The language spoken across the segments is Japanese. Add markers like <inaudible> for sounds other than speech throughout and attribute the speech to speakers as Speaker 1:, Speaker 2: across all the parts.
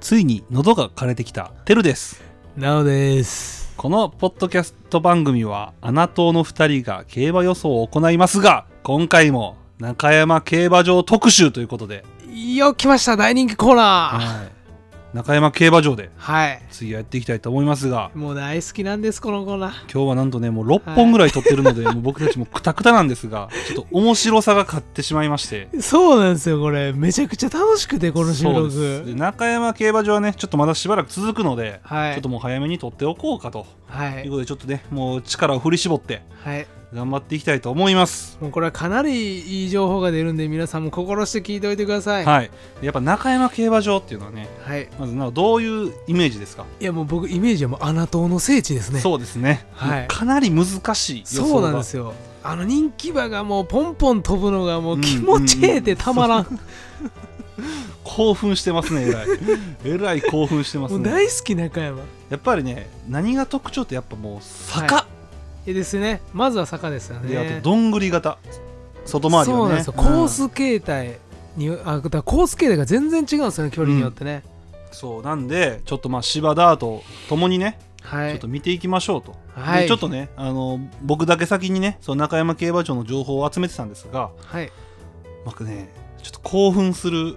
Speaker 1: ついに喉が枯れてきたテルです
Speaker 2: なおです
Speaker 1: このポッドキャスト番組はアナ党の2人が競馬予想を行いますが今回も中山競馬場特集ということで、
Speaker 2: よ来ました大人気コーナー
Speaker 1: はい、中山競馬場で
Speaker 2: はい
Speaker 1: 次はやっていきたいと思いますが
Speaker 2: もう大好きなんですこのコーナー
Speaker 1: 今日はなんとねもう6本ぐらい撮ってるので、もう僕たちもクタクタなんですがちょっと面白さが勝ってしまいまして
Speaker 2: そうなんですよこれめちゃくちゃ楽しくてこの収
Speaker 1: そう
Speaker 2: 録
Speaker 1: ですで中山競馬場はねちょっとまだしばらく続くので、
Speaker 2: はい
Speaker 1: ちょっともう早めに撮っておこうかと
Speaker 2: は
Speaker 1: という
Speaker 2: い
Speaker 1: ことでちょっとねもう力を振り絞って
Speaker 2: はい
Speaker 1: 頑張っていきたいと思います
Speaker 2: もうこれはかなりいい情報が出るんで皆さんも心して聞いておいてくださ
Speaker 1: はいい、でやっぱ中山競馬場っていうのはね
Speaker 2: はい、い、
Speaker 1: まずなどういうイメージですか、
Speaker 2: やもう僕イメージはもうアナ島の聖地ですね
Speaker 1: そうですね、
Speaker 2: はい
Speaker 1: かなり難しい予想が
Speaker 2: そうなんですよあの人気馬がもうポンポン飛ぶのがもう気持ちええってたまらん、
Speaker 1: 興奮してますねえらいえらい興奮してます
Speaker 2: もう
Speaker 1: ね
Speaker 2: 大好き中山
Speaker 1: やっぱりね何が特徴ってやっぱもう坂、
Speaker 2: はえですねまずは坂ですよね
Speaker 1: であとどんぐり型外回り
Speaker 2: そう
Speaker 1: は
Speaker 2: なん
Speaker 1: ね
Speaker 2: ですよ、コース形態にあだからコース形態が全然違うんですよね距離によってね、
Speaker 1: うんそうなんでちょっとまあ芝ダートともにね
Speaker 2: は
Speaker 1: ちょっ
Speaker 2: い
Speaker 1: と見ていきましょうと、
Speaker 2: はい
Speaker 1: でちょっとねあの僕だけ先にねその中山競馬場の情報を集めてたんですが
Speaker 2: はい
Speaker 1: 僕ねちょっと興奮する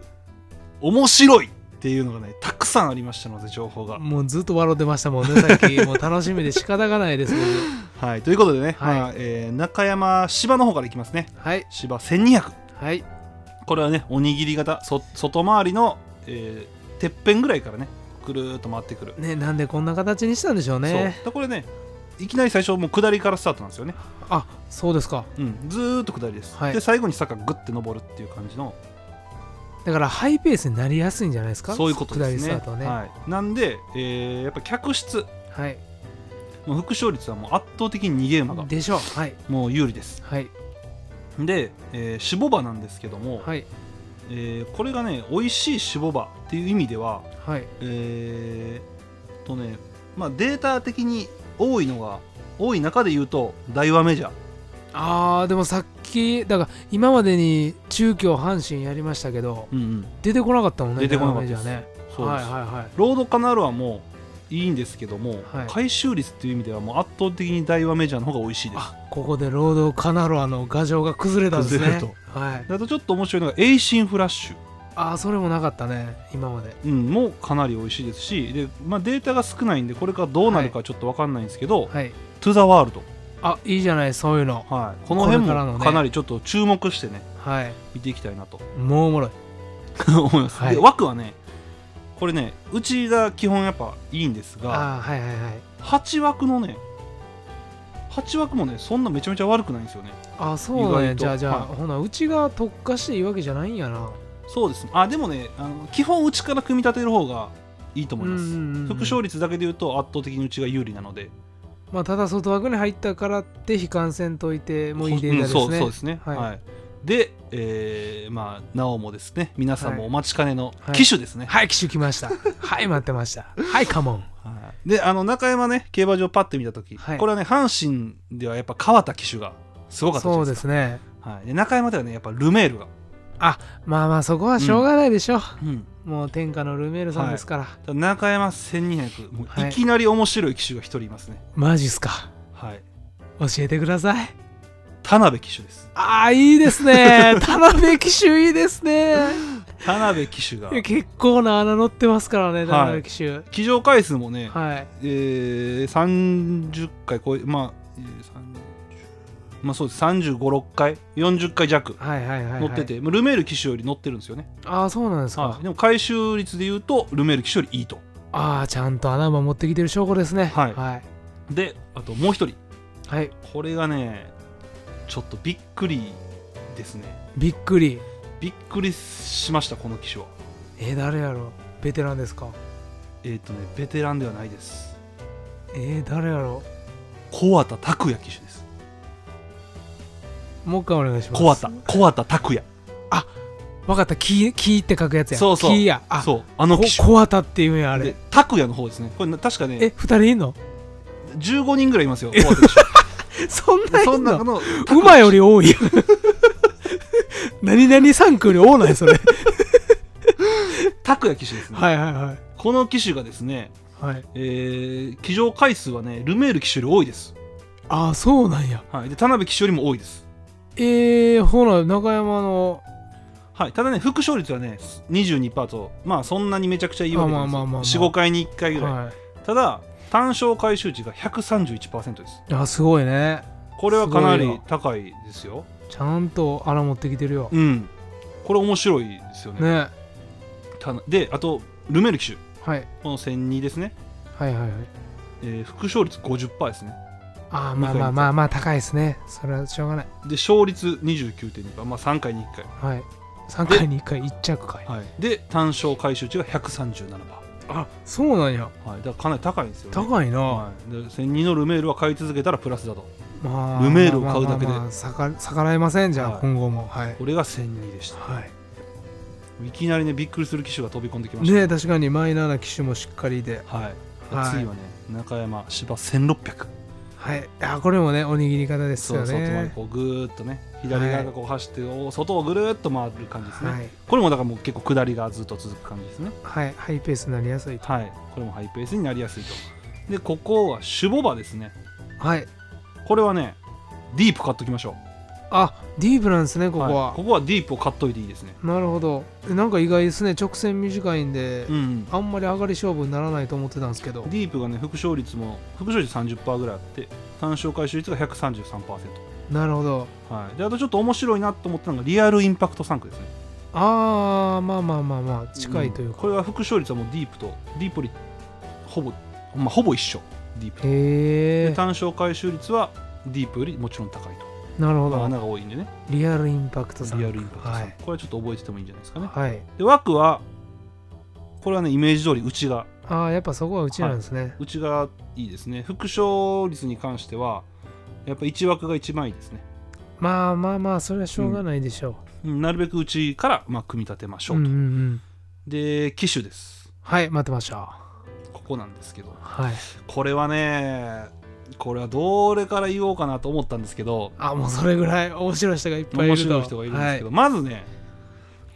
Speaker 1: 面白いっていうのがねたくさんありましたので情報が、
Speaker 2: もうずっと笑ってましたもん <laughs> ねさっきもう楽しみで仕方がないですけど
Speaker 1: はいということでね、
Speaker 2: はい
Speaker 1: まあえー中山芝の方からいきますね
Speaker 2: はい
Speaker 1: 芝1200
Speaker 2: はい
Speaker 1: これはねおにぎり型そ外回りの、えーてっぺんぐらいからねくるーっと回ってくる、
Speaker 2: ねなんでこんな形にしたんでしょうね
Speaker 1: そうでこれねいきなり最初もう下りからスタートなんですよね
Speaker 2: あそうですか
Speaker 1: うん、ずーっと下りです、
Speaker 2: はい
Speaker 1: で最後に坂グッて登るっていう感じの
Speaker 2: だからハイペースになりやすいんじゃないですか
Speaker 1: そういうことですね
Speaker 2: 下りスタートねは
Speaker 1: はい、なんで、えーやっぱ客室
Speaker 2: い、
Speaker 1: の副勝率はもう圧倒的に逃げ馬が
Speaker 2: でしょうはい
Speaker 1: もう有利です
Speaker 2: はい
Speaker 1: で、えー、シボ馬なんですけども、
Speaker 2: はい
Speaker 1: えーこれがね美味しいシボ馬っていう意味では
Speaker 2: はい
Speaker 1: えー、とね、まあ、データ的に多いのが多い中で言うと大和メジャー
Speaker 2: あーでもさっきだから今までに中京阪神やりましたけど、
Speaker 1: うん
Speaker 2: 出てこなかったもんね
Speaker 1: 出てこなかったです
Speaker 2: ダメージはね
Speaker 1: うん、そう
Speaker 2: は
Speaker 1: で
Speaker 2: い
Speaker 1: す、
Speaker 2: はいはい
Speaker 1: ロードカナールはもういいんですけども、
Speaker 2: はい
Speaker 1: 回収率っていう意味ではもう圧倒的に大和メジャーの方が美味しいです
Speaker 2: あここでロードカナロアの牙城が崩れたんです
Speaker 1: 崩れ
Speaker 2: ね
Speaker 1: る
Speaker 2: はい
Speaker 1: であとちょっと面白いのがエイシンフラッシュ、
Speaker 2: ああそれもなかったね今まで
Speaker 1: うん、もうかなり美味しいですしで、まあ、データが少ないんでこれからどうなるかちょっと分かんないんですけど、
Speaker 2: はい
Speaker 1: トゥ・ザ・ワールド、
Speaker 2: あいいじゃないそういうの
Speaker 1: はい、この辺
Speaker 2: これからの
Speaker 1: も
Speaker 2: ね
Speaker 1: かなりちょっと注目してね
Speaker 2: はい
Speaker 1: 見ていきたいなと
Speaker 2: もうおもろい
Speaker 1: 思います、
Speaker 2: はい
Speaker 1: で枠 <laughs> はねこれねうちが基本やっぱいいんですが
Speaker 2: ああーはいはいはい
Speaker 1: 8枠のね8枠もねそんなめちゃめちゃ悪くないんですよね
Speaker 2: あーそうなん
Speaker 1: 意外
Speaker 2: や
Speaker 1: と
Speaker 2: じゃあじゃあ、
Speaker 1: はい
Speaker 2: ほなうちが特化していいわけじゃないんやな
Speaker 1: そうですねあでもねあの基本うちから組み立てる方がいいと思います、
Speaker 2: うんうんうんうん
Speaker 1: 副勝率だけで言うと圧倒的にうちが有利なので
Speaker 2: まあただ外枠に入ったからって悲観せんといてもういいデータです
Speaker 1: うんそう
Speaker 2: ね、
Speaker 1: そうですね。は。
Speaker 2: はいい
Speaker 1: で、えーまあなおもですね、皆さんも
Speaker 2: はい
Speaker 1: お待ちかねの
Speaker 2: はい
Speaker 1: 機種ですね。
Speaker 2: はい機種来
Speaker 1: <laughs>
Speaker 2: ましたはい待ってましたはいカモン
Speaker 1: はいで、あの中山ね、競馬場パッて見たとき、
Speaker 2: はい
Speaker 1: これはね、阪神ではやっぱ川田機種がすごかったじゃな
Speaker 2: そ
Speaker 1: いうで
Speaker 2: ですすね
Speaker 1: か。はい。で中山ではね、やっぱルメールが、
Speaker 2: まあまあそこはしょうがないでしょ、
Speaker 1: うん
Speaker 2: もう天下のルメールさんですから、
Speaker 1: ただ中山1200、もう
Speaker 2: はいい
Speaker 1: きなり面白い機種が一人いますね。
Speaker 2: マジっすか
Speaker 1: はい。
Speaker 2: 教えてください
Speaker 1: 田辺機種です。
Speaker 2: ああいいで
Speaker 1: <laughs>
Speaker 2: すね田辺騎手いいですね
Speaker 1: 田辺機種が
Speaker 2: いや結構な穴乗ってますからね
Speaker 1: い
Speaker 2: 田辺騎手
Speaker 1: 騎乗回数もね、
Speaker 2: はい
Speaker 1: えー、30回超えまあ、えー、30まあそうです3 5 6回40回弱
Speaker 2: はいはいはいはい
Speaker 1: 乗ってて、まあルメール騎手より乗ってるんですよね、
Speaker 2: ああそうなんですか、
Speaker 1: はいでも回収率でいうとルメール騎手よりいいと
Speaker 2: ああちゃんと穴馬持ってきてる証拠ですね
Speaker 1: はい
Speaker 2: はい、
Speaker 1: であともう一人
Speaker 2: はい
Speaker 1: これがねちょっとびっくりですね
Speaker 2: びっくり
Speaker 1: びっくりしましたこの騎手は
Speaker 2: えー誰やろベテランですか
Speaker 1: えっ、とねベテランではないです
Speaker 2: えー誰やろ
Speaker 1: 小畑拓也騎手です
Speaker 2: もう一回お願いします
Speaker 1: 小畑小畑拓也
Speaker 2: 分かったキーキーって書くやつや
Speaker 1: そうそう
Speaker 2: キーやあ
Speaker 1: そうあの
Speaker 2: こ
Speaker 1: 騎手
Speaker 2: 小畑っていうんやあ
Speaker 1: で
Speaker 2: れ
Speaker 1: 拓也の方ですねこれ確かね
Speaker 2: え二人いんの <laughs>
Speaker 1: 15人ぐらいいますよ小畑騎手
Speaker 2: そんないん
Speaker 1: そ
Speaker 2: の
Speaker 1: ん中の
Speaker 2: <laughs> 馬より多い <laughs> よ何々3区より多ないそれ
Speaker 1: 拓也騎手ですね、
Speaker 2: はいはいはい
Speaker 1: この騎手がですね、
Speaker 2: はい
Speaker 1: えー、騎乗回数はねルメール騎手より多いです、
Speaker 2: ああそうなんや
Speaker 1: はい、で田辺騎手よりも多いです、
Speaker 2: えー、ほら中山の
Speaker 1: はい、ただね副勝率はね22%とまあそんなにめちゃくちゃいいわけじゃないです
Speaker 2: あまあまあまあまあ
Speaker 1: 45回に1回ぐらい、
Speaker 2: は
Speaker 1: ただ単勝回収値が131%です
Speaker 2: いあすごいね
Speaker 1: これはかな
Speaker 2: すごい
Speaker 1: り
Speaker 2: よ
Speaker 1: 高いですよ
Speaker 2: ちゃんと穴持ってきてるよ
Speaker 1: うんこれ面白いですよね
Speaker 2: ね
Speaker 1: たであとルメール騎手
Speaker 2: はい
Speaker 1: この1002ですね、
Speaker 2: はいはいはい
Speaker 1: えー副勝率50%ですね
Speaker 2: あーまあまあまあまあ高いですねそれはしょうがない
Speaker 1: で勝率29.2%まあ3回に1回
Speaker 2: はい3回に1回1着かい
Speaker 1: はい、で単勝回収値が137%、
Speaker 2: あそうなんや
Speaker 1: はい、だからかなり高いんですよね
Speaker 2: 高いな、
Speaker 1: はい、で1002のルメールは買い続けたらプラスだと
Speaker 2: ま
Speaker 1: ルメールを買うだけで
Speaker 2: まあまあまあ逆逆らえませんじゃあ、
Speaker 1: はい
Speaker 2: 今後もはい、
Speaker 1: これが1002でした
Speaker 2: はい、
Speaker 1: いきなりねびっくりする機種が飛び込んできました、
Speaker 2: ね確かにマイナーな機種もしっかりで
Speaker 1: はい、
Speaker 2: はい
Speaker 1: 次はね中山芝1600
Speaker 2: はいあこれもねおにぎり方です
Speaker 1: そう
Speaker 2: よ
Speaker 1: 外まで
Speaker 2: ね
Speaker 1: こうぐーっとね左側がこう走って、お外をぐるーっと回る感じですね、
Speaker 2: はい、
Speaker 1: これもだからもう結構下りがずっと続く感じですね
Speaker 2: はい、ハイペースになりやすいと
Speaker 1: はいこれもハイペースになりやすいとでここは守護場ですね
Speaker 2: はい
Speaker 1: これはねディープ買っときましょう
Speaker 2: あディープなんですねここは、
Speaker 1: いここはディープを買っといていいですね
Speaker 2: なるほどえなんか意外ですね直線短いんで、
Speaker 1: うんうん
Speaker 2: あんまり上がり勝負にならないと思ってたんですけど
Speaker 1: ディープがね副勝率も副勝率30%ぐらいあって単勝回収率が133%、
Speaker 2: なるほど
Speaker 1: はい、であとちょっと面白いなと思ったのがリアルインパクト3区ですね
Speaker 2: あーまあまあまあまあ近いという
Speaker 1: うん
Speaker 2: か、
Speaker 1: これは副勝率はもうディープとディープよりほぼ、まあ、ほぼ一緒ディープと
Speaker 2: へ
Speaker 1: で
Speaker 2: え
Speaker 1: 単勝回収率はディープよりもちろん高いと、
Speaker 2: なるほ
Speaker 1: まあ
Speaker 2: ど
Speaker 1: 穴が多いんでね
Speaker 2: リアルインパクトさん
Speaker 1: リアルインパクト3区、
Speaker 2: はい、
Speaker 1: これはちょっと覚えててもいいんじゃないですかね
Speaker 2: はい、
Speaker 1: で枠はこれはねイメージ通り内が
Speaker 2: ああやっぱそこはうちなんですね、
Speaker 1: 内がいいですね副勝率に関してはやっぱ1枠が一番いいですね
Speaker 2: まあまあまあそれはしょうがないでしょ
Speaker 1: うんなるべく内からまあ組み立てまし
Speaker 2: う、
Speaker 1: ょ
Speaker 2: う
Speaker 1: うんと、
Speaker 2: うんうん、
Speaker 1: で機種です
Speaker 2: はい待ってました
Speaker 1: ここなんですけど
Speaker 2: はい
Speaker 1: これはねこれはどれから言おうかなと思ったんですけど
Speaker 2: あもうそれぐらい面白い人がいっぱいい
Speaker 1: 面
Speaker 2: ると
Speaker 1: 白い人がいるんですけど、まずね、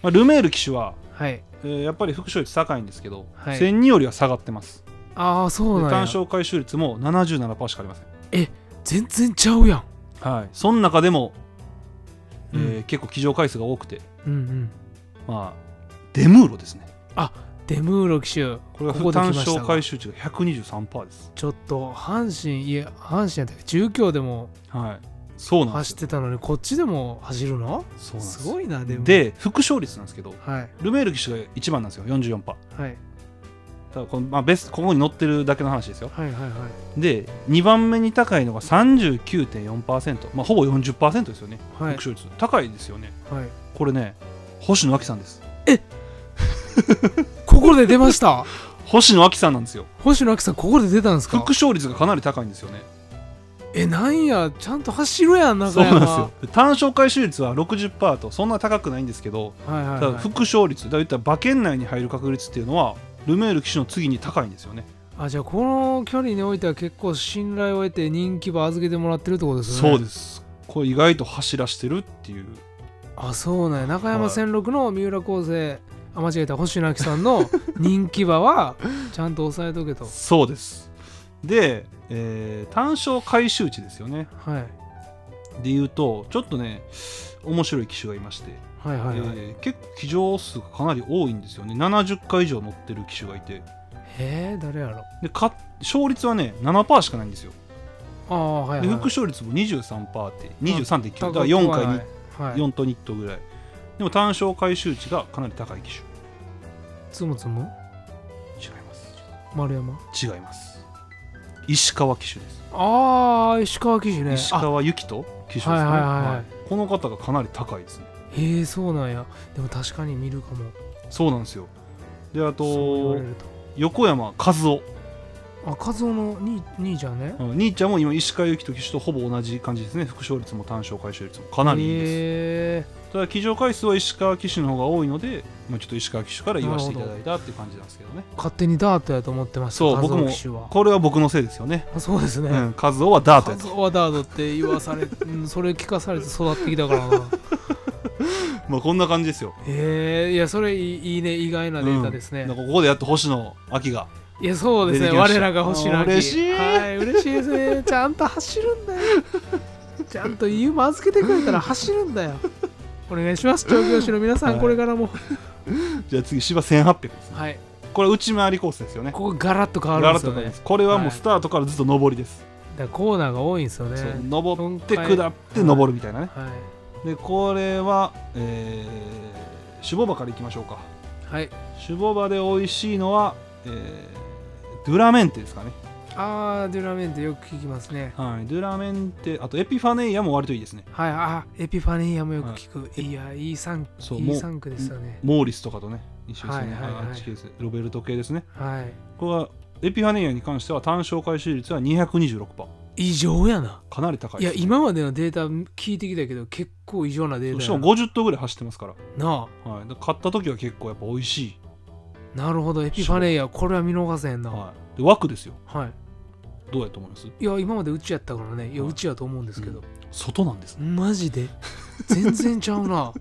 Speaker 1: まあ、ルメール騎手は、
Speaker 2: はい、はい、
Speaker 1: えーやっぱり副勝率高いんですけど、
Speaker 2: はい
Speaker 1: 1002よりは下がってます
Speaker 2: ああそう
Speaker 1: で
Speaker 2: なん
Speaker 1: 単
Speaker 2: や
Speaker 1: 勝回収率も77%しかありません
Speaker 2: 全然ちゃうやん
Speaker 1: はいその中でも、えー
Speaker 2: う
Speaker 1: 結構騎乗回数が多くて
Speaker 2: うんうん
Speaker 1: まあデムーロですね
Speaker 2: デムーロ騎手
Speaker 1: これは
Speaker 2: ここで来
Speaker 1: 単
Speaker 2: ましたが
Speaker 1: 勝回収値が123%です
Speaker 2: ちょっと阪神いえ阪神やったっけ中京でも
Speaker 1: はいそうなんです
Speaker 2: 走
Speaker 1: よ
Speaker 2: ってたのにこっちでも走るの
Speaker 1: そうなんですす
Speaker 2: ごいなでも
Speaker 1: で副勝率なんですけど
Speaker 2: はい
Speaker 1: ルメール騎手が1番なんですよ44%
Speaker 2: はい
Speaker 1: ただこの、まあ、ベストここに載ってるだけの話ですよ
Speaker 2: はいはいはい
Speaker 1: で2番目に高いのが39.4%、まあ、ほぼ40%ですよね、
Speaker 2: はい
Speaker 1: 副勝率高いですよね
Speaker 2: はい
Speaker 1: これね星野亜紀さんです
Speaker 2: ここで出ました
Speaker 1: 星野亜紀さんなんですよ
Speaker 2: 星野亜紀さんここで出たんですか
Speaker 1: 副勝率がかなり高いんですよね
Speaker 2: えなんやちゃんと走るやん
Speaker 1: そ
Speaker 2: 中
Speaker 1: うなん
Speaker 2: 山
Speaker 1: ですよで単勝回収率は60%とそんな高くないんですけど
Speaker 2: はいはい、
Speaker 1: ただ
Speaker 2: はい、
Speaker 1: 副勝率だから言ったら馬券内に入る確率っていうのはルメール騎手の次に高いんですよね
Speaker 2: あじゃあこの距離においては結構信頼を得て人気馬預けてもらってるってことですね
Speaker 1: そう
Speaker 2: す
Speaker 1: ですこれ意外と走らしてるっていう
Speaker 2: あそうなんや中山
Speaker 1: はい
Speaker 2: 千六の三浦昴生あ間違えた星野亜紀さ
Speaker 1: <laughs>
Speaker 2: んの人気馬はちゃんと抑えとけと
Speaker 1: そうですで、えー単勝回収値ですよね
Speaker 2: はい
Speaker 1: でいうとちょっとね面白い機種がいまして、
Speaker 2: はいはいはい、
Speaker 1: えー結構騎乗数がかなり多いんですよね70回以上乗ってる機種がいて
Speaker 2: えー、誰やろ
Speaker 1: でか勝率はね7%しかないんですよ
Speaker 2: ああはいは
Speaker 1: で
Speaker 2: い
Speaker 1: 副勝率も23%って23.9だ
Speaker 2: 高く
Speaker 1: か
Speaker 2: は
Speaker 1: ら4回に
Speaker 2: はい、
Speaker 1: 4と2頭ぐらいでも単勝回収値がかなり高い機種
Speaker 2: つむつ
Speaker 1: 違
Speaker 2: む
Speaker 1: います
Speaker 2: 丸山
Speaker 1: 違います石川騎手です、
Speaker 2: ああ石川騎手ね
Speaker 1: 石
Speaker 2: あ
Speaker 1: 川由紀と騎手ですね、
Speaker 2: はいはいはいはい
Speaker 1: いこの方がかなり高いですね
Speaker 2: へえそうなんやでも確かに見るかも
Speaker 1: そうなんですよであ
Speaker 2: そう言
Speaker 1: と
Speaker 2: われると
Speaker 1: 横山和夫、
Speaker 2: あ和夫の兄兄ちゃんね
Speaker 1: うん兄ちゃんも今石川由紀と騎手とほぼ同じ感じですね副勝率も単勝回収率もかなりいいです、
Speaker 2: へ
Speaker 1: ただ騎乗回数は石川騎手の方が多いので、まあ、ちょっと石川騎手から言わせていただいたっていう感じなんですけどね
Speaker 2: ー勝手にダートやと思ってました
Speaker 1: そう僕も
Speaker 2: 和夫騎手は
Speaker 1: これは僕のせいですよね、
Speaker 2: あそうですね、
Speaker 1: うん、和夫はダート
Speaker 2: カ
Speaker 1: や
Speaker 2: ズ
Speaker 1: と <laughs>
Speaker 2: オはダードって言わされ、うんそれ聞かされて育ってきたからな
Speaker 1: まあこんな感じですよ、
Speaker 2: えー、いやそれいいいいね意外なデータですね、
Speaker 1: なんかここでやっと星野秋が
Speaker 2: いやそうですね
Speaker 1: 出てきました
Speaker 2: 我らが星
Speaker 1: あ
Speaker 2: 野
Speaker 1: ー
Speaker 2: 秋
Speaker 1: 嬉しい
Speaker 2: はい嬉しいです
Speaker 1: <laughs>
Speaker 2: ねちゃんと走るんだよちゃんと言うも預けてくれたら走るんだよお願いします調教師の皆さん、
Speaker 1: はい
Speaker 2: これからも
Speaker 1: じゃあ次芝1800ですね
Speaker 2: はい
Speaker 1: これは内回りコースですよね
Speaker 2: ここガラッと変わる
Speaker 1: ガ
Speaker 2: ん
Speaker 1: ラッ
Speaker 2: です
Speaker 1: と
Speaker 2: よ
Speaker 1: 変わり
Speaker 2: ね
Speaker 1: ますこれはも
Speaker 2: は
Speaker 1: う
Speaker 2: い
Speaker 1: スタートからずっと上りです、
Speaker 2: だからコーナーが多いんですよね
Speaker 1: そう上って
Speaker 2: 今回
Speaker 1: 下って上るみたいなね、
Speaker 2: はい
Speaker 1: でこれはえー、守護場からいきましょうか
Speaker 2: はい
Speaker 1: 守護場で美味しいのは、えー、ドゥラメンテですかね、
Speaker 2: あーデュラメンテよく聞きますね
Speaker 1: はい、ドゥラメンテあとエピファネイアも割といいですね
Speaker 2: はいあエピファニアもよく聞く、い、やいい産
Speaker 1: そう
Speaker 2: い
Speaker 1: も
Speaker 2: いう産区でしたね
Speaker 1: モーリスとかとね一緒ですよね、
Speaker 2: はい
Speaker 1: は
Speaker 2: はいいはい
Speaker 1: あっち系ですねロベルト系ですね
Speaker 2: はい
Speaker 1: これはエピファネイアに関しては単勝回収率は226%
Speaker 2: 異常やな
Speaker 1: かなり高い
Speaker 2: い
Speaker 1: で
Speaker 2: や
Speaker 1: すね、
Speaker 2: 今までのデータ聞いてきたけど結構異常なデータ
Speaker 1: し
Speaker 2: や
Speaker 1: か
Speaker 2: な
Speaker 1: も50頭ぐらい走ってますから,、
Speaker 2: な
Speaker 1: はい、だから買った時は結構やっぱ美味しい、
Speaker 2: あなるほどエピファネイアこれは見逃せへんなは
Speaker 1: はい、で枠ですよ
Speaker 2: い、
Speaker 1: どうやと思います
Speaker 2: い、や今までうちやったからねいや
Speaker 1: はいう
Speaker 2: ちやと思うんですけど、
Speaker 1: 外なんですね
Speaker 2: マ
Speaker 1: <laughs>
Speaker 2: ジで全然ちゃうな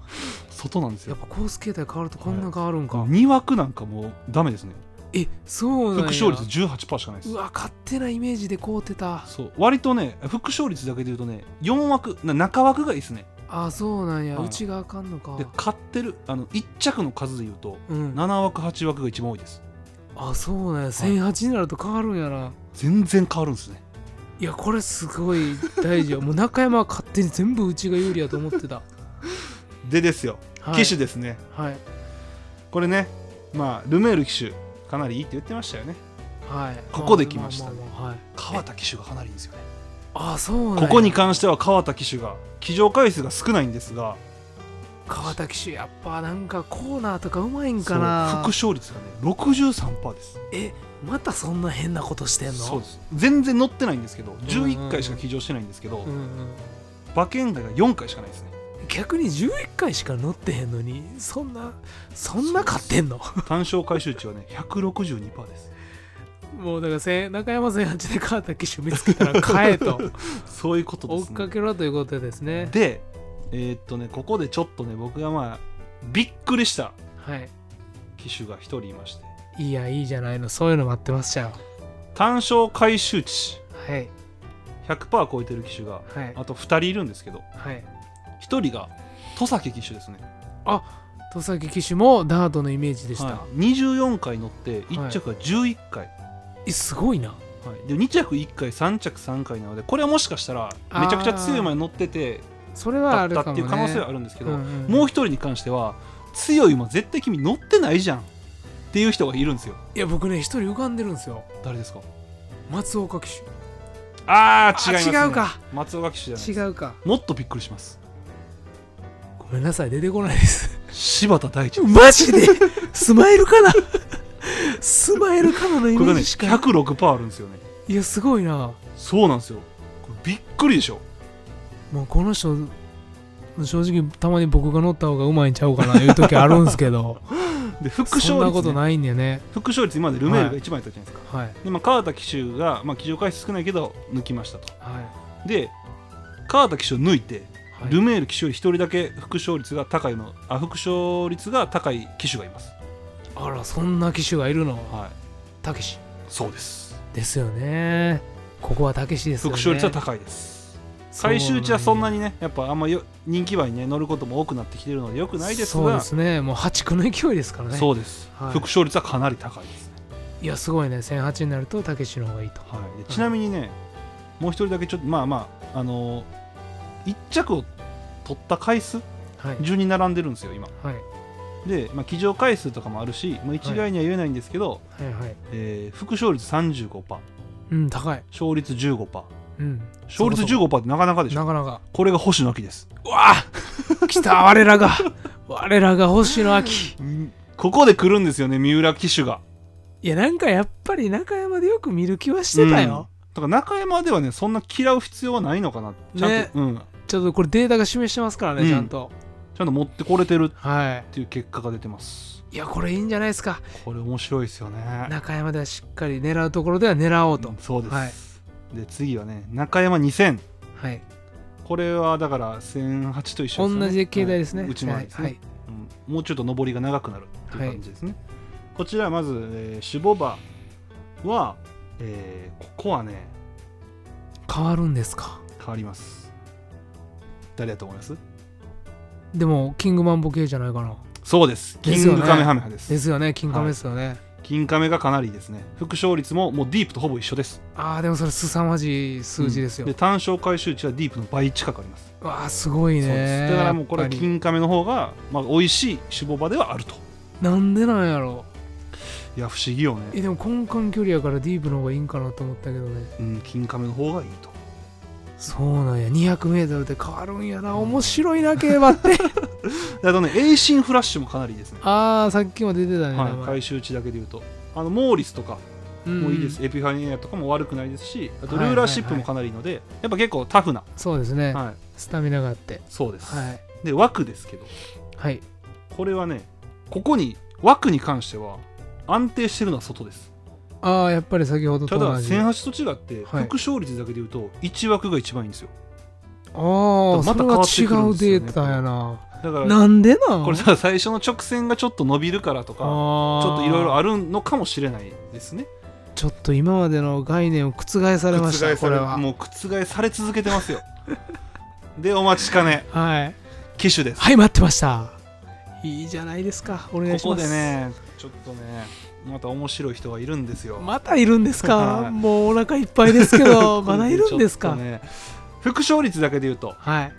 Speaker 1: 外なんです
Speaker 2: や
Speaker 1: よ
Speaker 2: っぱコース形態変わるとこんな変わるんか、
Speaker 1: 2枠なんかもうダメですね
Speaker 2: えそうなんや
Speaker 1: 副勝率18%しかないです
Speaker 2: うわ勝手なイメージで買うてた
Speaker 1: そう割とね副勝率だけで言うとね4枠な中枠がいいですね
Speaker 2: あそうなんや、
Speaker 1: はいう
Speaker 2: ちがあかんのか
Speaker 1: で買ってるあの1着の数で言うと
Speaker 2: うん
Speaker 1: 7枠8枠が一番多いです
Speaker 2: あそうなんや1008になると変わるんやな、
Speaker 1: 全然変わるんですね
Speaker 2: い、やこれすごい大事よ <laughs> もう中山は勝手に全部うちが有利やと思ってた、
Speaker 1: でですよ
Speaker 2: はい、
Speaker 1: 騎手ですね、
Speaker 2: はい
Speaker 1: これねまあルメール騎手かなりいいって言ってましたよね
Speaker 2: はい
Speaker 1: ここで来ましたね
Speaker 2: あああはい
Speaker 1: 川田騎手がかなりいいんですよね
Speaker 2: あそうなんや
Speaker 1: ここに関しては川田騎手が騎乗回数が少ないんですが
Speaker 2: 川田騎手やっぱなんかコーナーとかうまいん
Speaker 1: そ
Speaker 2: か
Speaker 1: う
Speaker 2: な
Speaker 1: 副勝率がね63%です
Speaker 2: またそんな変なことしてんの
Speaker 1: そうです全然乗ってないんですけど
Speaker 2: うんう
Speaker 1: 11
Speaker 2: ん
Speaker 1: 回しか騎乗してないんですけど、
Speaker 2: うんうん
Speaker 1: 馬券外が4回しかないですね
Speaker 2: 逆に11回しか乗ってへんのにそんなそんな勝ってんの
Speaker 1: 単勝回収値はね162%です
Speaker 2: <laughs> もうだからせん中山戦八で川田騎手見つけた <laughs> ら買えと
Speaker 1: <laughs> そういうこと
Speaker 2: 追
Speaker 1: で
Speaker 2: っ
Speaker 1: す
Speaker 2: か
Speaker 1: ね
Speaker 2: けろということですね
Speaker 1: でえーっとねここでちょっとね僕がまあびっくりした
Speaker 2: はい
Speaker 1: 騎手が1人いまして
Speaker 2: いやいいじゃないのそういうの待ってましたよ
Speaker 1: 単勝回収値
Speaker 2: はい
Speaker 1: 100%超えてる騎手が
Speaker 2: はい
Speaker 1: あと2人いるんですけど
Speaker 2: はい
Speaker 1: 1人が戸崎騎手ですね
Speaker 2: 戸崎騎手もダートのイメージでした、
Speaker 1: はい、24回乗って1着が11回、
Speaker 2: えすごいな
Speaker 1: はい、で2着1回3着3回なのでこれはもしかしたらめちゃくちゃ強い馬に乗ってて
Speaker 2: それは
Speaker 1: だ
Speaker 2: あ
Speaker 1: っ
Speaker 2: る
Speaker 1: た
Speaker 2: か
Speaker 1: っ
Speaker 2: も、ね、
Speaker 1: ていう可能性はあるんですけど、
Speaker 2: うんうん
Speaker 1: もう一人に関しては強い馬絶対君乗ってないじゃんっていう人がいるんですよ
Speaker 2: いや僕ね一人浮かんでるんですよ
Speaker 1: 誰ですか
Speaker 2: 松岡騎手
Speaker 1: あー違
Speaker 2: あ
Speaker 1: います、ね、
Speaker 2: 違うか
Speaker 1: 松岡騎手じゃない
Speaker 2: 違うか
Speaker 1: もっとびっくりします
Speaker 2: ごめんなさい出てこないです
Speaker 1: 柴田大地こ
Speaker 2: マジでスマイルかなスマイルかなのイメ
Speaker 1: れが
Speaker 2: ー
Speaker 1: ね
Speaker 2: ジしかない
Speaker 1: 106%あるんですよね
Speaker 2: いやすごいな
Speaker 1: そうなんですよこれびっくりでしょ
Speaker 2: もうこの人正直たまに僕が乗った方がうまいんちゃうかないう時あるんですけ <laughs> ど
Speaker 1: で副
Speaker 2: そん
Speaker 1: 勝
Speaker 2: なこ
Speaker 1: 率、
Speaker 2: と
Speaker 1: ね、
Speaker 2: ないんだよね
Speaker 1: 副勝率今までルメールが1番やったじゃないですか、
Speaker 2: はい
Speaker 1: で、まあ、川田騎手が、まあ、騎乗回数少ないけど抜きましたと
Speaker 2: は
Speaker 1: で川田騎手を抜いて、
Speaker 2: い、
Speaker 1: ル
Speaker 2: はい、
Speaker 1: メール騎手より1人だけ副勝率が高いのあ副勝率が高い騎手がいます
Speaker 2: あらそんな騎手がいるの
Speaker 1: はい
Speaker 2: たけし
Speaker 1: そうです
Speaker 2: ですよねここはたけしですよ
Speaker 1: 副
Speaker 2: ね
Speaker 1: 勝率は高いです
Speaker 2: そう
Speaker 1: 最終値はそんな
Speaker 2: に
Speaker 1: にねやっぱあんまよ人気馬にね乗ることも多くなってきてるのでよくないです
Speaker 2: そう
Speaker 1: が
Speaker 2: ですねもう破竹の勢いですからね
Speaker 1: そうです
Speaker 2: はい
Speaker 1: 副勝率はかなり高いです、
Speaker 2: いやすごいね1008になるとたけしの方がいいと
Speaker 1: はい、でちなみにねもう一人だけちょっとまあまああのー、1着を取った回数
Speaker 2: はい
Speaker 1: 順に並んでるんですよ今
Speaker 2: はい
Speaker 1: で、まあ、騎乗回数とかもあるし、まあ、一概には言えないんですけど、
Speaker 2: はいはい
Speaker 1: えー副勝率35%
Speaker 2: うん高い
Speaker 1: 勝率15%
Speaker 2: うん
Speaker 1: 勝率
Speaker 2: そこ
Speaker 1: 15%ってなかなかでし
Speaker 2: そこ
Speaker 1: ょ
Speaker 2: なかなか
Speaker 1: これが星野秋です
Speaker 2: うわあ来た我らが我らが星野秋
Speaker 1: ここで来るんですよね三浦騎手が
Speaker 2: いやなんかやっぱり中山でよく見る気はしてたよ、
Speaker 1: だから中山ではねそんな嫌う必要はないのかなちゃんと、
Speaker 2: ね
Speaker 1: うん、
Speaker 2: ちょっとこれデータが示してますからね、
Speaker 1: うん
Speaker 2: ちゃんと
Speaker 1: ちゃんと持ってこれてる
Speaker 2: は
Speaker 1: っていう結果が出てます
Speaker 2: いいやこれいいんじゃないですか
Speaker 1: これ面白いですよね
Speaker 2: 中山ではしっかり狙うところでは狙おうと、
Speaker 1: うんそうです、
Speaker 2: はい
Speaker 1: で次はね中山2000
Speaker 2: はい
Speaker 1: これはだから1008と一緒ですよね
Speaker 2: 同じ形態ですね。
Speaker 1: はい、内回りですね、
Speaker 2: はい。
Speaker 1: うんもうちょっと上りが長くなるという感じですね、こちらまず、えー、シュボバは、えーここはね
Speaker 2: 変わるんですか。
Speaker 1: 変わります誰だと思います
Speaker 2: でも、キングマンボ系じゃないかな。
Speaker 1: そうですキ
Speaker 2: で
Speaker 1: ン
Speaker 2: すよね
Speaker 1: グカメハメハです
Speaker 2: ですよね、キングマンですよね。
Speaker 1: 金亀がかなりですね副勝率ももうディープとほぼ一緒です
Speaker 2: ああ、でもそれ、凄まじい数字ですよ。
Speaker 1: で単勝回収値はディープの倍近くあります
Speaker 2: わあ、すごい
Speaker 1: そうで
Speaker 2: ね。
Speaker 1: すだからもうこれは
Speaker 2: やっぱり
Speaker 1: 金亀の方が、まあ、美味しい種ボ場ではあると
Speaker 2: なんでなんやろ
Speaker 1: いや不思議よね
Speaker 2: えでも根幹距離やからディープの方がいいんかなと思ったけどね
Speaker 1: うん金亀の方がいいと
Speaker 2: そうなんや 200m で変わるんやな面白いな競馬って
Speaker 1: <laughs> であとね栄進フラッシュもかなりいいですね、
Speaker 2: ああさっきも出てたね、
Speaker 1: はい、回収値だけでいうとあのモーリスとか
Speaker 2: うん
Speaker 1: もいいです、エピファニアとかも悪くないですしあとル
Speaker 2: はいはいはい
Speaker 1: ーラーシップもかなりいいので、やっぱ結構タフな、
Speaker 2: そうですね、
Speaker 1: はい、
Speaker 2: スタミナがあって
Speaker 1: そうです、
Speaker 2: はい
Speaker 1: で枠ですけど
Speaker 2: はい
Speaker 1: これはねここに枠に関しては安定してるのは外です
Speaker 2: ああやっぱり先ほど
Speaker 1: た
Speaker 2: と
Speaker 1: だ
Speaker 2: 同じあ
Speaker 1: 1008と違って
Speaker 2: はい
Speaker 1: 副勝率だけでいうと1枠が一番いいんですよ
Speaker 2: あー
Speaker 1: ま
Speaker 2: そ
Speaker 1: た変
Speaker 2: れ
Speaker 1: わ
Speaker 2: は
Speaker 1: ってくるん
Speaker 2: 違う
Speaker 1: ですよね
Speaker 2: データやな
Speaker 1: だから
Speaker 2: なんでなん
Speaker 1: これさ最初の直線がちょっと伸びるからと
Speaker 2: あ
Speaker 1: かち
Speaker 2: ー
Speaker 1: ょっといろいろあるのかもしれないですね
Speaker 2: ちょっと今までの概念を覆され
Speaker 1: 覆
Speaker 2: まし
Speaker 1: さ
Speaker 2: た
Speaker 1: れ
Speaker 2: これは
Speaker 1: もう覆され続けてますよ <laughs> でお待ちかね
Speaker 2: はい
Speaker 1: 機種です
Speaker 2: はい待ってましたいいじゃないですかお願いし
Speaker 1: こ
Speaker 2: ま
Speaker 1: こ
Speaker 2: す
Speaker 1: でねちょっとねまた面白い人がいるんですよ、
Speaker 2: またいるんです
Speaker 1: は
Speaker 2: か
Speaker 1: <laughs> い
Speaker 2: もうお腹いっぱいですけ
Speaker 1: <laughs>
Speaker 2: ど
Speaker 1: こ
Speaker 2: ま
Speaker 1: れ
Speaker 2: だいるんです
Speaker 1: ちょ
Speaker 2: か、
Speaker 1: っとね副勝率だけで言うと
Speaker 2: はい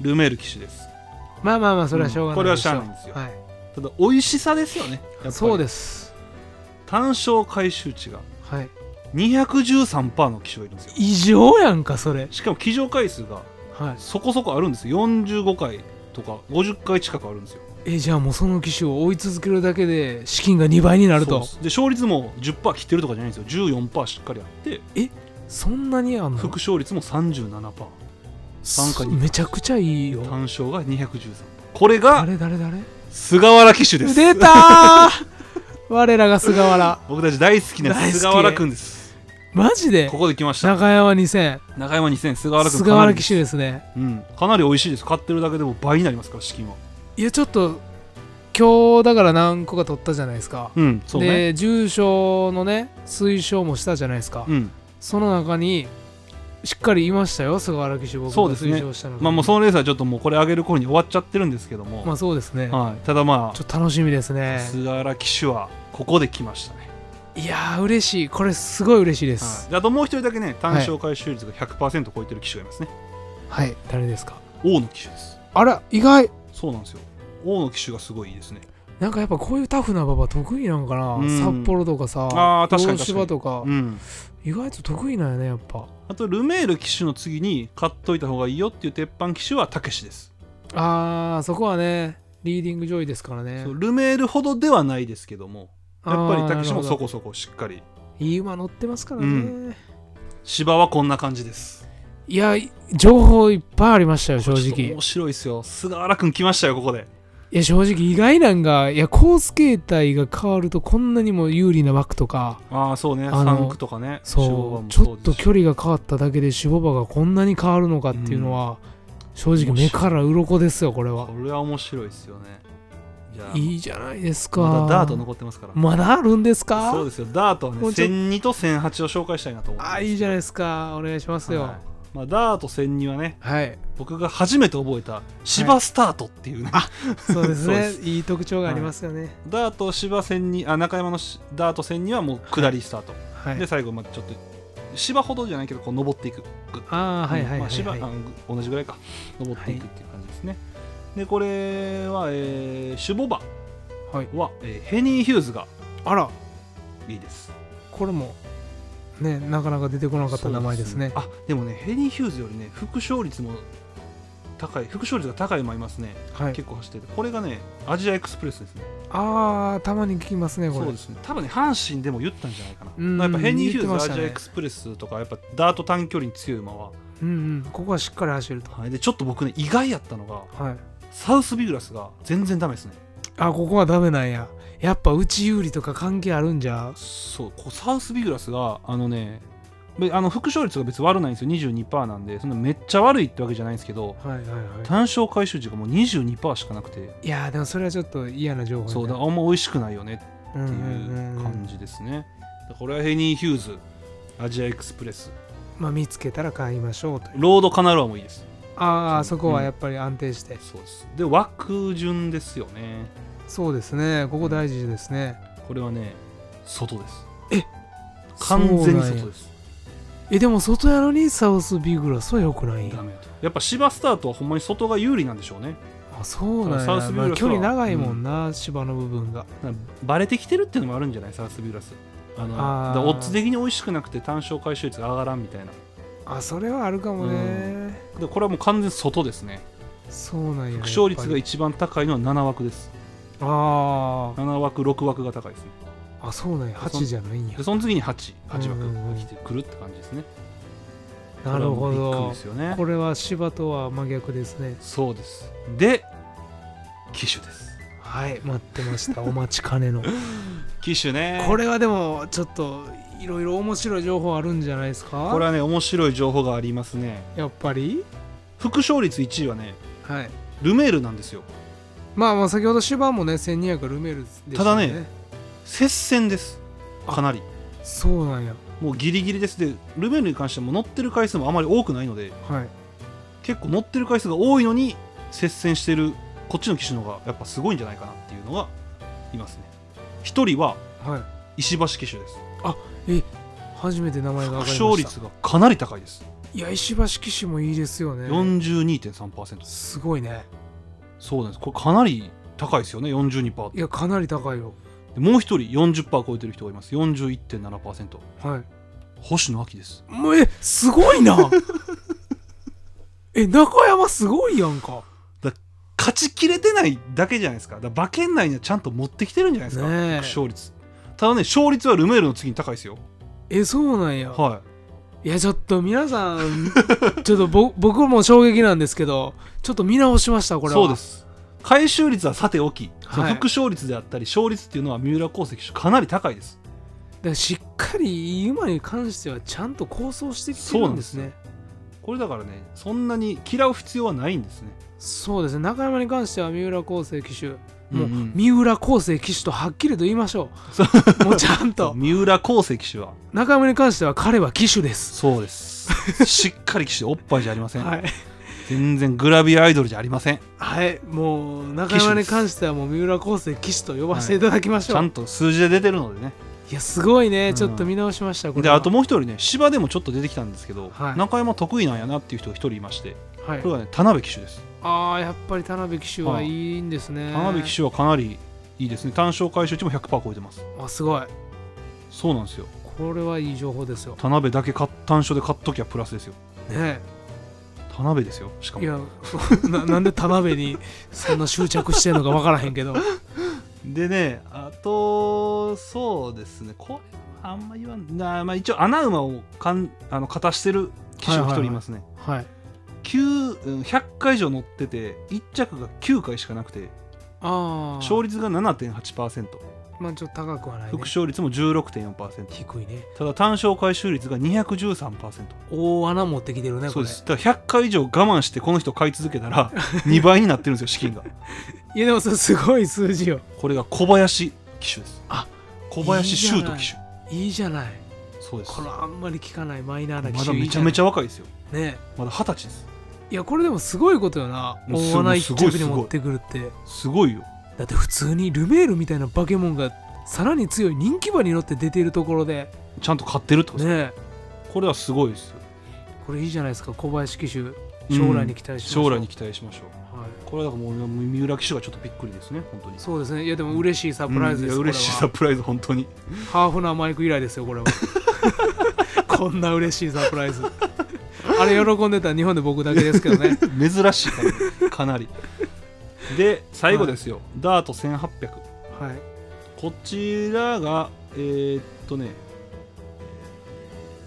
Speaker 1: ルメール機種です
Speaker 2: まあまあまあそれはしょうがないしょ
Speaker 1: うんこれはしゃあないんですよ
Speaker 2: は
Speaker 1: ただ美味しさですよねやっぱり
Speaker 2: い、そうです
Speaker 1: 単勝回収値が
Speaker 2: はい
Speaker 1: 213%の機種がいるんですよ
Speaker 2: 異常やんかそれ
Speaker 1: しかも騎乗回数が
Speaker 2: はい
Speaker 1: そこそこあるんですよ45回とか50回近くあるんですよ
Speaker 2: えじゃあもうその機種を追い続けるだけで資金が2倍になる
Speaker 1: そう
Speaker 2: と
Speaker 1: ですで勝率も10%切ってるとかじゃないんですよ14%しっかりあって
Speaker 2: そんなにあんの
Speaker 1: 副勝率も37%参加に
Speaker 2: めちゃくちゃいいよ
Speaker 1: 単勝が213%これが
Speaker 2: 誰誰誰
Speaker 1: 菅原騎手です
Speaker 2: 出たー我らが菅原
Speaker 1: 僕たち大好きな
Speaker 2: 大好き
Speaker 1: 菅原くんです
Speaker 2: マジで
Speaker 1: ここで来ました
Speaker 2: 中山2000
Speaker 1: 中山2000菅原くん
Speaker 2: 菅原騎
Speaker 1: か
Speaker 2: 手ですね
Speaker 1: なりうんかなり美味しいです買ってるだけでも倍になりますから資金はい
Speaker 2: やちょっと今日だから何個か取ったじゃないですか、
Speaker 1: うんそうね
Speaker 2: で重賞のね推奨もしたじゃないですか、
Speaker 1: うん
Speaker 2: その中にしっかりいましたよ菅原騎手僕
Speaker 1: そう
Speaker 2: が
Speaker 1: ですね
Speaker 2: 推奨したのが
Speaker 1: まあもうそのレースはちょっともうこれ上げる頃に終わっちゃってるんですけども、
Speaker 2: まあそうですね、
Speaker 1: はい、ただま
Speaker 2: ちょっと楽しみです
Speaker 1: あ
Speaker 2: ね
Speaker 1: 菅原騎手はここで来ましたね、
Speaker 2: いやー嬉しいこれすごい嬉しいで
Speaker 1: は
Speaker 2: す
Speaker 1: い、であともう一人だけね単勝回収率が100%超えてる騎手がいますね、
Speaker 2: はい、誰ですか
Speaker 1: 王の騎手です
Speaker 2: あら意外
Speaker 1: そうなんですよ王の騎手がすごいいいですね
Speaker 2: なんかやっぱこういうタフな馬場得意なんかな、
Speaker 1: うん
Speaker 2: 札幌とかさ
Speaker 1: あー確かに
Speaker 2: 東芝とか、
Speaker 1: うん
Speaker 2: 意外と得意なんやねやっぱ
Speaker 1: あとルメール騎手の次に買っといた方がいいよっていう鉄板騎手はたけしです、
Speaker 2: あーそこはねリーディング上位ですからね
Speaker 1: そうルメールほどではないですけどもやっぱり
Speaker 2: あー
Speaker 1: たけしも
Speaker 2: なるほど
Speaker 1: そこそこしっかり
Speaker 2: いい馬乗ってますからね、
Speaker 1: うん芝はこんな感じです
Speaker 2: いや情報いっぱいありましたよ正
Speaker 1: ちょっと
Speaker 2: 直
Speaker 1: 面白いですよ菅原くん来ましたよここで
Speaker 2: いや正直意外なんがいやコース形態が変わるとこんなにも有利な枠とか
Speaker 1: ああそうね
Speaker 2: あの
Speaker 1: 3区とかね
Speaker 2: そう
Speaker 1: 脂肪
Speaker 2: ちょ
Speaker 1: 肝
Speaker 2: っ
Speaker 1: もそ
Speaker 2: と
Speaker 1: うですし
Speaker 2: 距離が変わっただけで守護馬がこんなに変わるのかっていうのは、正直目から鱗ですよこれは
Speaker 1: これは面白いですよねいや
Speaker 2: いいじゃないですか
Speaker 1: まだダート残ってますから
Speaker 2: まだあるんですか
Speaker 1: そうですよダートはね
Speaker 2: もうちょ
Speaker 1: 1002と1008を紹介したいなと思ってます
Speaker 2: あいいじゃないですかお願いしますよ
Speaker 1: はいまあ、ダート1002はね
Speaker 2: はい、
Speaker 1: 僕が初めて覚えた芝スタートっていうね、
Speaker 2: そうです
Speaker 1: そう
Speaker 2: ね
Speaker 1: です
Speaker 2: いい特徴がありますよね
Speaker 1: ダート芝1002あ中山のしダート1002はもう下りスタート、
Speaker 2: はい、
Speaker 1: で最後までちょっと芝ほどじゃないけどこう登っていく
Speaker 2: ああはいはい
Speaker 1: ま
Speaker 2: は
Speaker 1: あ
Speaker 2: い、
Speaker 1: 芝
Speaker 2: は
Speaker 1: あ
Speaker 2: い
Speaker 1: のぐ同じぐらいか登っていくっていう感じですね、でこれは、えーシュボバ
Speaker 2: はい
Speaker 1: は、えーヘニー・ヒューズが
Speaker 2: あら
Speaker 1: いいです
Speaker 2: これもねなかなか出てこなかった名前ですね
Speaker 1: そうあでもねヘニー・ヒューズよりね副勝率も高い副勝率が高い馬いますね、
Speaker 2: はい
Speaker 1: 結構走っててこれがねアジアエクスプレスですね
Speaker 2: ああたまに聞きますねこ
Speaker 1: そう
Speaker 2: れ
Speaker 1: ですね多分ね阪神でも言ったんじゃないかな
Speaker 2: うん
Speaker 1: やっぱヘニー・ヒュ
Speaker 2: 言
Speaker 1: ー
Speaker 2: ってまし
Speaker 1: ズ、
Speaker 2: た
Speaker 1: ア
Speaker 2: ね
Speaker 1: ジアエクスプレスとかやっぱダート短距離に強い馬は、
Speaker 2: うんうんここはしっかり走ると
Speaker 1: はい、でちょっと僕ね意外やったのが
Speaker 2: はい
Speaker 1: サウスビグラスが全然ダメですね
Speaker 2: あここはダメなんややっぱ内有利とか関係あるんじゃ
Speaker 1: そうこうサウスビグラスがあのねべあの副勝率が別に悪ないんですよ22%なんでそんなめっちゃ悪いってわけじゃないんですけど
Speaker 2: はいはいは
Speaker 1: 単勝回収時がもう22%しかなくて
Speaker 2: いいやーでもそれはちょっと嫌な情報
Speaker 1: そうだ
Speaker 2: だ
Speaker 1: あんま美味しくないよね
Speaker 2: ってい
Speaker 1: っていう感じですね。だからこれはヘニー・ヒューズ、アジアエクスプレス、
Speaker 2: まあ見つけたら買いましょうという
Speaker 1: ロードカナルアもいいです。
Speaker 2: ああそこはやっぱり安定して、
Speaker 1: そうです。で、枠順ですよね。
Speaker 2: そうですねここ大事ですね
Speaker 1: これはね、外です。完全に
Speaker 2: そうなん
Speaker 1: 外
Speaker 2: や
Speaker 1: です。
Speaker 2: えでも外やのにサウスビグラスは良くないんや
Speaker 1: ダメだと。やっぱ芝スタートはほんまに外が有利なんでしょうね。
Speaker 2: あそうなんや
Speaker 1: サウスビグラスは
Speaker 2: まあ距離長いもんな、芝の部分が
Speaker 1: だからバレてきてるっていうのもあるんじゃないサウスビューラス。あの
Speaker 2: あー
Speaker 1: だからオッズ的に美味しくなくて単勝回収率が上がらんみたいな。
Speaker 2: あそれはあるかもね、
Speaker 1: でこれはもう完全に外ですね。
Speaker 2: そうなんや
Speaker 1: 副勝率が
Speaker 2: やっ
Speaker 1: 一番高いのは7枠です。
Speaker 2: ぱりあ
Speaker 1: 7枠、6枠が高いですね。
Speaker 2: ーあそうなんや8じゃないんや
Speaker 1: でその次に8、8
Speaker 2: うんうんう
Speaker 1: 枠
Speaker 2: ん
Speaker 1: が来てくるって感じですね。
Speaker 2: なるほ
Speaker 1: これはもうびっくり
Speaker 2: ど
Speaker 1: ですよね。
Speaker 2: これは芝とは真逆ですね
Speaker 1: そうです。で、機種です。
Speaker 2: はい待ってま <laughs> したお待ちかねの
Speaker 1: 機種ね
Speaker 2: これはでもちょっといろいろ面白い情報あるんじゃないですか
Speaker 1: これはね、面白い情報がありますね。
Speaker 2: やっぱり
Speaker 1: 副勝率1位はね、
Speaker 2: はい
Speaker 1: ルメールなんですよ。
Speaker 2: まあまあ先ほど芝もね1200ルメールでした
Speaker 1: ただね接戦です。かなり。
Speaker 2: そうなんや
Speaker 1: もうギリギリです。で、ルメールに関しても乗ってる回数もあまり多くないので、
Speaker 2: はい
Speaker 1: 結構乗ってる回数が多いのに、接戦してるこっちの機種の方がやっぱすごいんじゃないかなっていうのがいますね。一人は
Speaker 2: はい
Speaker 1: 石橋機種です。
Speaker 2: 初めて名前が上がりま
Speaker 1: 副
Speaker 2: した
Speaker 1: 勝率がかなり高いです。
Speaker 2: いや石橋騎士もいいですよね
Speaker 1: 42.3%です
Speaker 2: すごいね
Speaker 1: そうなんですこれかなり高いですよね42%っ
Speaker 2: い
Speaker 1: て
Speaker 2: やかなり高いよ
Speaker 1: でもう一人40%超えてる人がいます41.7%
Speaker 2: はい
Speaker 1: 星野亜紀です
Speaker 2: もうえすごいな <laughs> え中山すごいやんか
Speaker 1: 勝ちきれてないだけじゃないですかだから馬券内にはちゃんと持ってきてるんじゃないですか、
Speaker 2: ねえ
Speaker 1: 勝率ただね勝率はルメールの次に高いですよ
Speaker 2: えそうなんや
Speaker 1: はい
Speaker 2: やちょっと皆さん <laughs> ちょっとぼ僕も衝撃なんですけどちょっと見直しましたこ
Speaker 1: い
Speaker 2: れは
Speaker 1: そうです回収率はさておき、その
Speaker 2: はい
Speaker 1: 副勝率であったり勝率っていうのは三浦航石手かなり高いです
Speaker 2: だからしっかりいい馬に関してはちゃんと構想してきてるんですね
Speaker 1: これだからねそんなに嫌う必要はないんですね
Speaker 2: そうですね中山に関しては三浦康生騎手もう
Speaker 1: うんうん
Speaker 2: 三浦康生騎手とはっきりと言いましょ
Speaker 1: そう
Speaker 2: うもうちゃんと
Speaker 1: 三浦航石手は
Speaker 2: 中山に関しては彼は騎手です
Speaker 1: そうです。
Speaker 2: <laughs>
Speaker 1: しっかり騎士おっぱいじゃありません。
Speaker 2: はい、
Speaker 1: 全然グラビアアイドルじゃありません。
Speaker 2: はい、もう中山に関してはもう三浦康生騎手と呼ばせていただきまし
Speaker 1: ち
Speaker 2: ょう、
Speaker 1: ゃ
Speaker 2: い、
Speaker 1: んと数字で出てるのでね。
Speaker 2: やすごいね、
Speaker 1: うん
Speaker 2: ちょっと見直しましたこれ
Speaker 1: で、
Speaker 2: は
Speaker 1: あともう一人ね、芝でもちょっと出てきたんですけど、
Speaker 2: はい
Speaker 1: 中山得意なんやなっていう人が一人いまして、
Speaker 2: はい
Speaker 1: これはね、田辺騎手です。
Speaker 2: ああやっぱり田辺騎手はいいんですね
Speaker 1: 田辺騎手はかなりいいですね。単勝回収値も100%超えてます。
Speaker 2: あすごい
Speaker 1: そうなんですよ。
Speaker 2: これはいい情報ですよ
Speaker 1: 田辺だけ買っ単勝で買っときゃプラスですよ。
Speaker 2: ね
Speaker 1: 田辺ですよ。しか
Speaker 2: い
Speaker 1: も。
Speaker 2: や <laughs> ななんで田辺にそんな執着してんのか分からへんけど
Speaker 1: でね、あと、そうですね、これあんま言わんな、まあ、一応、穴馬をかんあの勝たしてる騎手が一人いますね。
Speaker 2: はい
Speaker 1: 9うん100回以上乗ってて1着が9回しかなくて
Speaker 2: ああ
Speaker 1: 勝率が7.8%
Speaker 2: まあちょっと高くはない、ね
Speaker 1: 副、勝率も16.4%
Speaker 2: 低いね
Speaker 1: ただ単勝回収率が213%
Speaker 2: 大穴持ってきてるねこれ
Speaker 1: そうですだから100回以上我慢してこの人買い続けたら
Speaker 2: <laughs>
Speaker 1: 2倍になってるんですよ資金が
Speaker 2: いやでもそれすごい数字よ
Speaker 1: これが小林騎手です
Speaker 2: あ
Speaker 1: 小林修斗騎
Speaker 2: いいじ
Speaker 1: 手
Speaker 2: いいじゃない
Speaker 1: そうです
Speaker 2: これ
Speaker 1: ま
Speaker 2: あんまり聞かないマイナーな機
Speaker 1: だ
Speaker 2: 種い
Speaker 1: め
Speaker 2: い
Speaker 1: ち
Speaker 2: じ
Speaker 1: ゃ
Speaker 2: ない
Speaker 1: めちゃ若いですよ
Speaker 2: ね
Speaker 1: まだ二十歳です
Speaker 2: いやこれでもすごいことよな
Speaker 1: もうす
Speaker 2: 大穴一着
Speaker 1: すごい
Speaker 2: に
Speaker 1: すごい
Speaker 2: 持ってくるって
Speaker 1: すごいよ
Speaker 2: だって普通にルメールみたいなバケモンがさらに強い人気馬に乗って出ているところで
Speaker 1: ちゃんと買ってるってことです、
Speaker 2: ね
Speaker 1: これはすごいですよ
Speaker 2: これいいじゃないですか小林騎手将来に期待しましょう
Speaker 1: 将来に、期待しましょう
Speaker 2: はい、
Speaker 1: これはだからもう三浦騎手がちょっとびっくりですね本当に
Speaker 2: そうですねいやでも嬉しいサプライズで
Speaker 1: う
Speaker 2: す、
Speaker 1: んいや嬉しいサ
Speaker 2: こ
Speaker 1: プライズ本当に <laughs>
Speaker 2: れはハーフなマイク以来ですよこれは <laughs> こんな嬉しいサプライズあれ喜んでたら日本で僕だけですけどね
Speaker 1: 珍しいかなかなりで最後ですよ、ダート1800
Speaker 2: はい
Speaker 1: こちらがえーっとね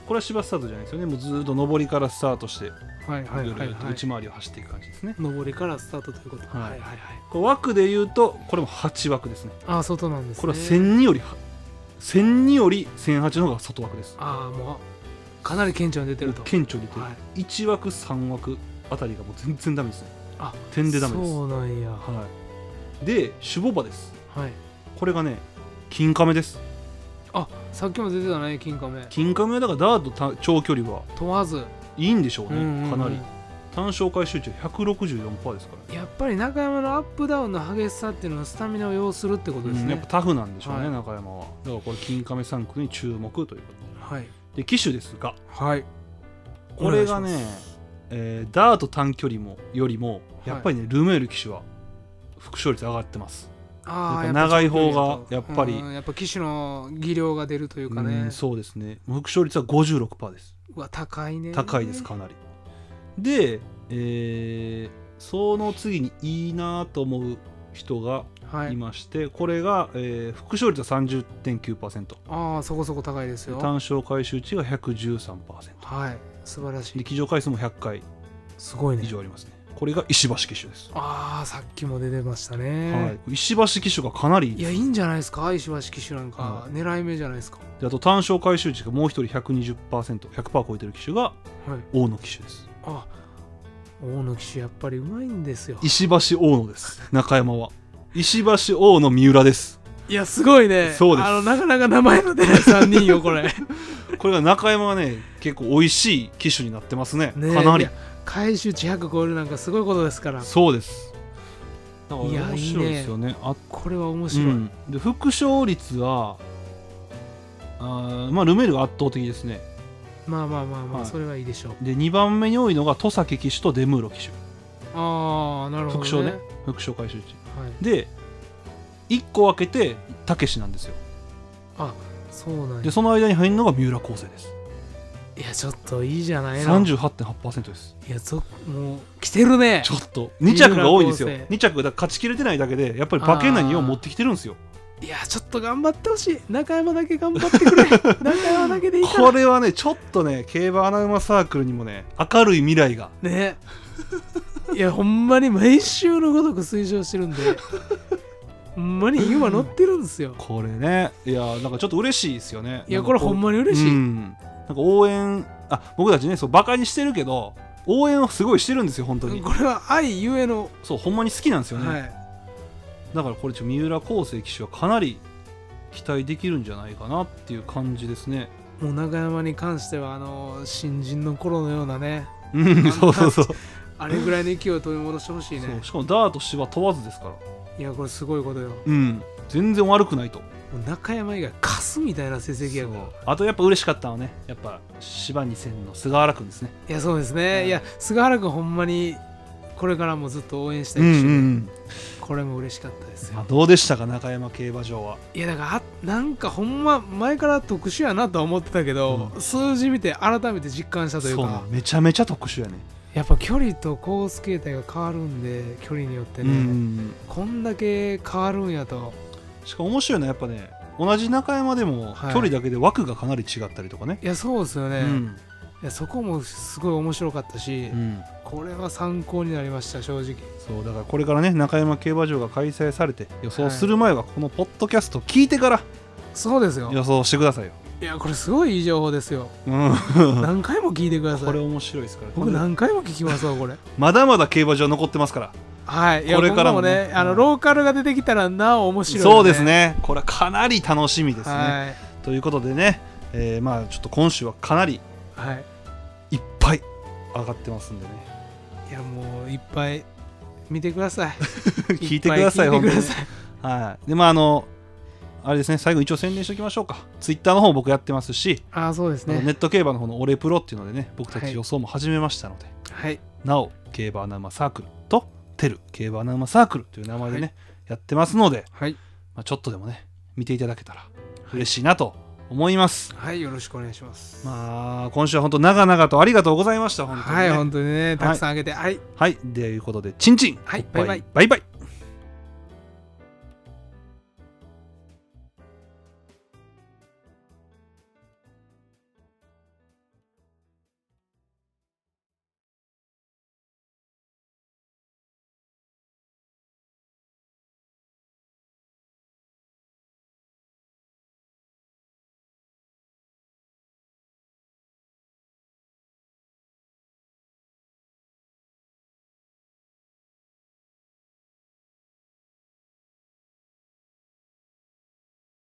Speaker 1: これは芝スタートじゃないですよねもうずーっと上りからスタートして
Speaker 2: はい
Speaker 1: ぐ
Speaker 2: はい
Speaker 1: る
Speaker 2: は
Speaker 1: ぐ
Speaker 2: い
Speaker 1: ると
Speaker 2: はい
Speaker 1: 内回りを走っていく感じですね、
Speaker 2: 上りからスタートということ
Speaker 1: はい
Speaker 2: はいはい
Speaker 1: これ枠で言うとこれも8枠ですね
Speaker 2: ああ外なんですね
Speaker 1: これは1002より1002より1008の方が外枠です
Speaker 2: ああもかなり顕著に出てると
Speaker 1: 顕著に出てる、
Speaker 2: はい
Speaker 1: 1枠3枠あたりがもう全然ダメですね
Speaker 2: あ
Speaker 1: 点でダメです
Speaker 2: そうなんや
Speaker 1: はいで守護馬です
Speaker 2: はい
Speaker 1: これがね金亀です
Speaker 2: あさっきも出てたね金亀
Speaker 1: 金亀はだからダートた長距離は
Speaker 2: 問わず、
Speaker 1: いいんでしょうね、
Speaker 2: うんうんうん
Speaker 1: かなり単勝回収中164%ですからね
Speaker 2: やっぱり中山のアップダウンの激しさっていうのはスタミナを要するってことです
Speaker 1: うん
Speaker 2: ね、
Speaker 1: やっぱタフなんでしょうね、
Speaker 2: はい
Speaker 1: 中山はだからこれ金亀3区に注目ということ
Speaker 2: はい
Speaker 1: で機種ですが
Speaker 2: はい
Speaker 1: これが
Speaker 2: お願い
Speaker 1: ね
Speaker 2: します、
Speaker 1: えーダート短距離もよりもやっぱりね、ルメール騎手は副勝率上がってます
Speaker 2: あー
Speaker 1: やっぱ長い方が
Speaker 2: やっぱ
Speaker 1: や
Speaker 2: り
Speaker 1: っぱり
Speaker 2: うんやっぱ機種の技量が出るというか
Speaker 1: う
Speaker 2: ね
Speaker 1: んそうですね副勝率は56%です
Speaker 2: うわ高いね
Speaker 1: 高いですかなり、で、えーその次にいいなと思う人が
Speaker 2: はい
Speaker 1: いまして、これが、えー副勝率は30.9%
Speaker 2: ああそこそこ高いですよ
Speaker 1: 単勝回収値が113%
Speaker 2: はい素晴らし
Speaker 1: で
Speaker 2: い
Speaker 1: 騎乗回数も100回
Speaker 2: すごいね
Speaker 1: 以上ありますねこれが石橋騎手です、
Speaker 2: ああさっきも出てましたね、
Speaker 1: はい、石橋騎手がかなりいい
Speaker 2: い、
Speaker 1: で
Speaker 2: や
Speaker 1: す
Speaker 2: いいんじゃないですか石橋騎手なんか、
Speaker 1: は
Speaker 2: 狙い目じゃないですか
Speaker 1: であと単勝回収値がもう一人 120%100% 超えてる騎手が
Speaker 2: はい
Speaker 1: 大野騎手です
Speaker 2: あ大野騎手やっぱりうまいんですよ
Speaker 1: 石橋大野です中山は石橋大野三浦です
Speaker 2: いやすごいね
Speaker 1: そうです
Speaker 2: あのなかなか名前の出ない3人よ
Speaker 1: <laughs>
Speaker 2: これね
Speaker 1: これが中山はね結構美味しい機種になってますね
Speaker 2: え
Speaker 1: かないり
Speaker 2: や回収値100超えるなんかすごいことですから
Speaker 1: そうですだから
Speaker 2: いや
Speaker 1: 面白いですよねあ
Speaker 2: これは面白い、
Speaker 1: うんで副勝率はあーまあルメールが圧倒的ですね
Speaker 2: まあまあまあまあ、
Speaker 1: はい
Speaker 2: それはいいでしょう
Speaker 1: で2番目に多いのが戸崎騎手とデムーロ騎手
Speaker 2: ああなるほど、ね、
Speaker 1: 副賞ね副勝回収値
Speaker 2: はい、
Speaker 1: で1個分けてたけしなんですよ
Speaker 2: そうなん
Speaker 1: で
Speaker 2: や
Speaker 1: その間に入るのが三浦康生です
Speaker 2: いやちょっといいじゃないの
Speaker 1: 38.8%です
Speaker 2: いやぞもう来てるね
Speaker 1: ちょっと2着が多いですよ
Speaker 2: 三浦康生
Speaker 1: 2着が勝ちきれてないだけでやっぱり馬券内に4持ってきてるんですよ
Speaker 2: いやちょっと頑張ってほしい中山だけ頑張ってく
Speaker 1: <laughs>
Speaker 2: れ中山だけでいいから
Speaker 1: これはねちょっとね競馬アナウマサークルにもね明るい未来が
Speaker 2: ねいやほんまに毎週のごとく推奨してるんでほんまに今乗ってるんですよ
Speaker 1: これねいやーなんかちょっと嬉しいですよね
Speaker 2: いやこれほんまに嬉しい、
Speaker 1: うんなんか応援あ僕たちねそうバカにしてるけど応援をすごいしてるんですよ本当に
Speaker 2: これは愛ゆえの、
Speaker 1: そうほんまに好きなんですよね、
Speaker 2: はい
Speaker 1: だからこれちょ三浦康生騎手はかなり期待できるんじゃないかなっていう感じですね
Speaker 2: もう中山に関してはあの新人の頃のようなね
Speaker 1: うんそうそうそう
Speaker 2: あれぐらいの勢いを取り戻してほしい
Speaker 1: そ
Speaker 2: ね
Speaker 1: うしかもダート芝問わずですから
Speaker 2: いやこれすごいことよも
Speaker 1: うん全然悪くないと
Speaker 2: う中山以外カスみたいな成績やから
Speaker 1: そうあとやっぱ嬉しかったのはねやっぱ芝2000の菅原君ですね
Speaker 2: いやそうですね、
Speaker 1: うん
Speaker 2: いや菅原君ほんまにこれからもずっと応援したい、
Speaker 1: ん
Speaker 2: これも嬉しかったですよ
Speaker 1: まあ、どうでしたか中山競馬場はい
Speaker 2: やだからあなんかほんま前から特殊やなとは思ってたけど、
Speaker 1: う
Speaker 2: 数字見て改めて実感したという
Speaker 1: そうな
Speaker 2: か
Speaker 1: のめちゃめちゃ特殊やね
Speaker 2: やっぱ距離とコース形態が変わるんで距離によってね、
Speaker 1: うん
Speaker 2: こんだけ変わるんやと
Speaker 1: しかも面白いのはやっぱね同じ中山でも距
Speaker 2: はい
Speaker 1: 離だけで枠がかなり違ったりとかね、
Speaker 2: いやそうですよね、
Speaker 1: うん
Speaker 2: いやそこもすごい面白かったし、
Speaker 1: うん
Speaker 2: これは参考になりました正直
Speaker 1: そうだからこれからね中山競馬場が開催されて予想する前はこのポッドキャストを聞いてから
Speaker 2: そうですよ
Speaker 1: 予想してくださいよ、
Speaker 2: いやこれすごいいい情報ですよ
Speaker 1: <laughs> うん
Speaker 2: 何回も聞いてくださ
Speaker 1: これ
Speaker 2: い
Speaker 1: 面白いですから
Speaker 2: 僕何回も聞きますわこれ
Speaker 1: まだまだ競馬場残ってますから
Speaker 2: はいいや
Speaker 1: これからも
Speaker 2: 僕
Speaker 1: ね
Speaker 2: ねあのローカルが出てきたらなお面白い、
Speaker 1: そうですねこれはかなり楽しみですね、
Speaker 2: はい
Speaker 1: ということでね、えーまあちょっと今週はかなり
Speaker 2: はい
Speaker 1: いっぱい上がってますんでね
Speaker 2: いやもういっぱい見てください。
Speaker 1: <laughs> 聞いてください
Speaker 2: っぱ聞
Speaker 1: 本当
Speaker 2: てく
Speaker 1: に
Speaker 2: ださい
Speaker 1: はいでまああのあれですね最後一応宣伝しておきましょうかツイッターの方僕やってますし、
Speaker 2: ああそうです
Speaker 1: あの
Speaker 2: ね。
Speaker 1: ネット競馬の方の「オレプロ」っていうのでね僕た
Speaker 2: は
Speaker 1: ち
Speaker 2: い
Speaker 1: 予想も始めましたので、
Speaker 2: はい
Speaker 1: なお競馬アナウマサークルとテル競馬アナウマサークルという名前でね、やってますので、
Speaker 2: はい
Speaker 1: まあ、ちょっとでもね見ていただけたら嬉しいなと思います、
Speaker 2: はいよろしくお願いします。
Speaker 1: まあ今週は本当長々とありがとうございました本当にね、
Speaker 2: はい本当にねたくさんあげてはい
Speaker 1: はい、ということで、チンチン、
Speaker 2: はい
Speaker 1: おっぱ
Speaker 2: バイバイ
Speaker 1: バイバイ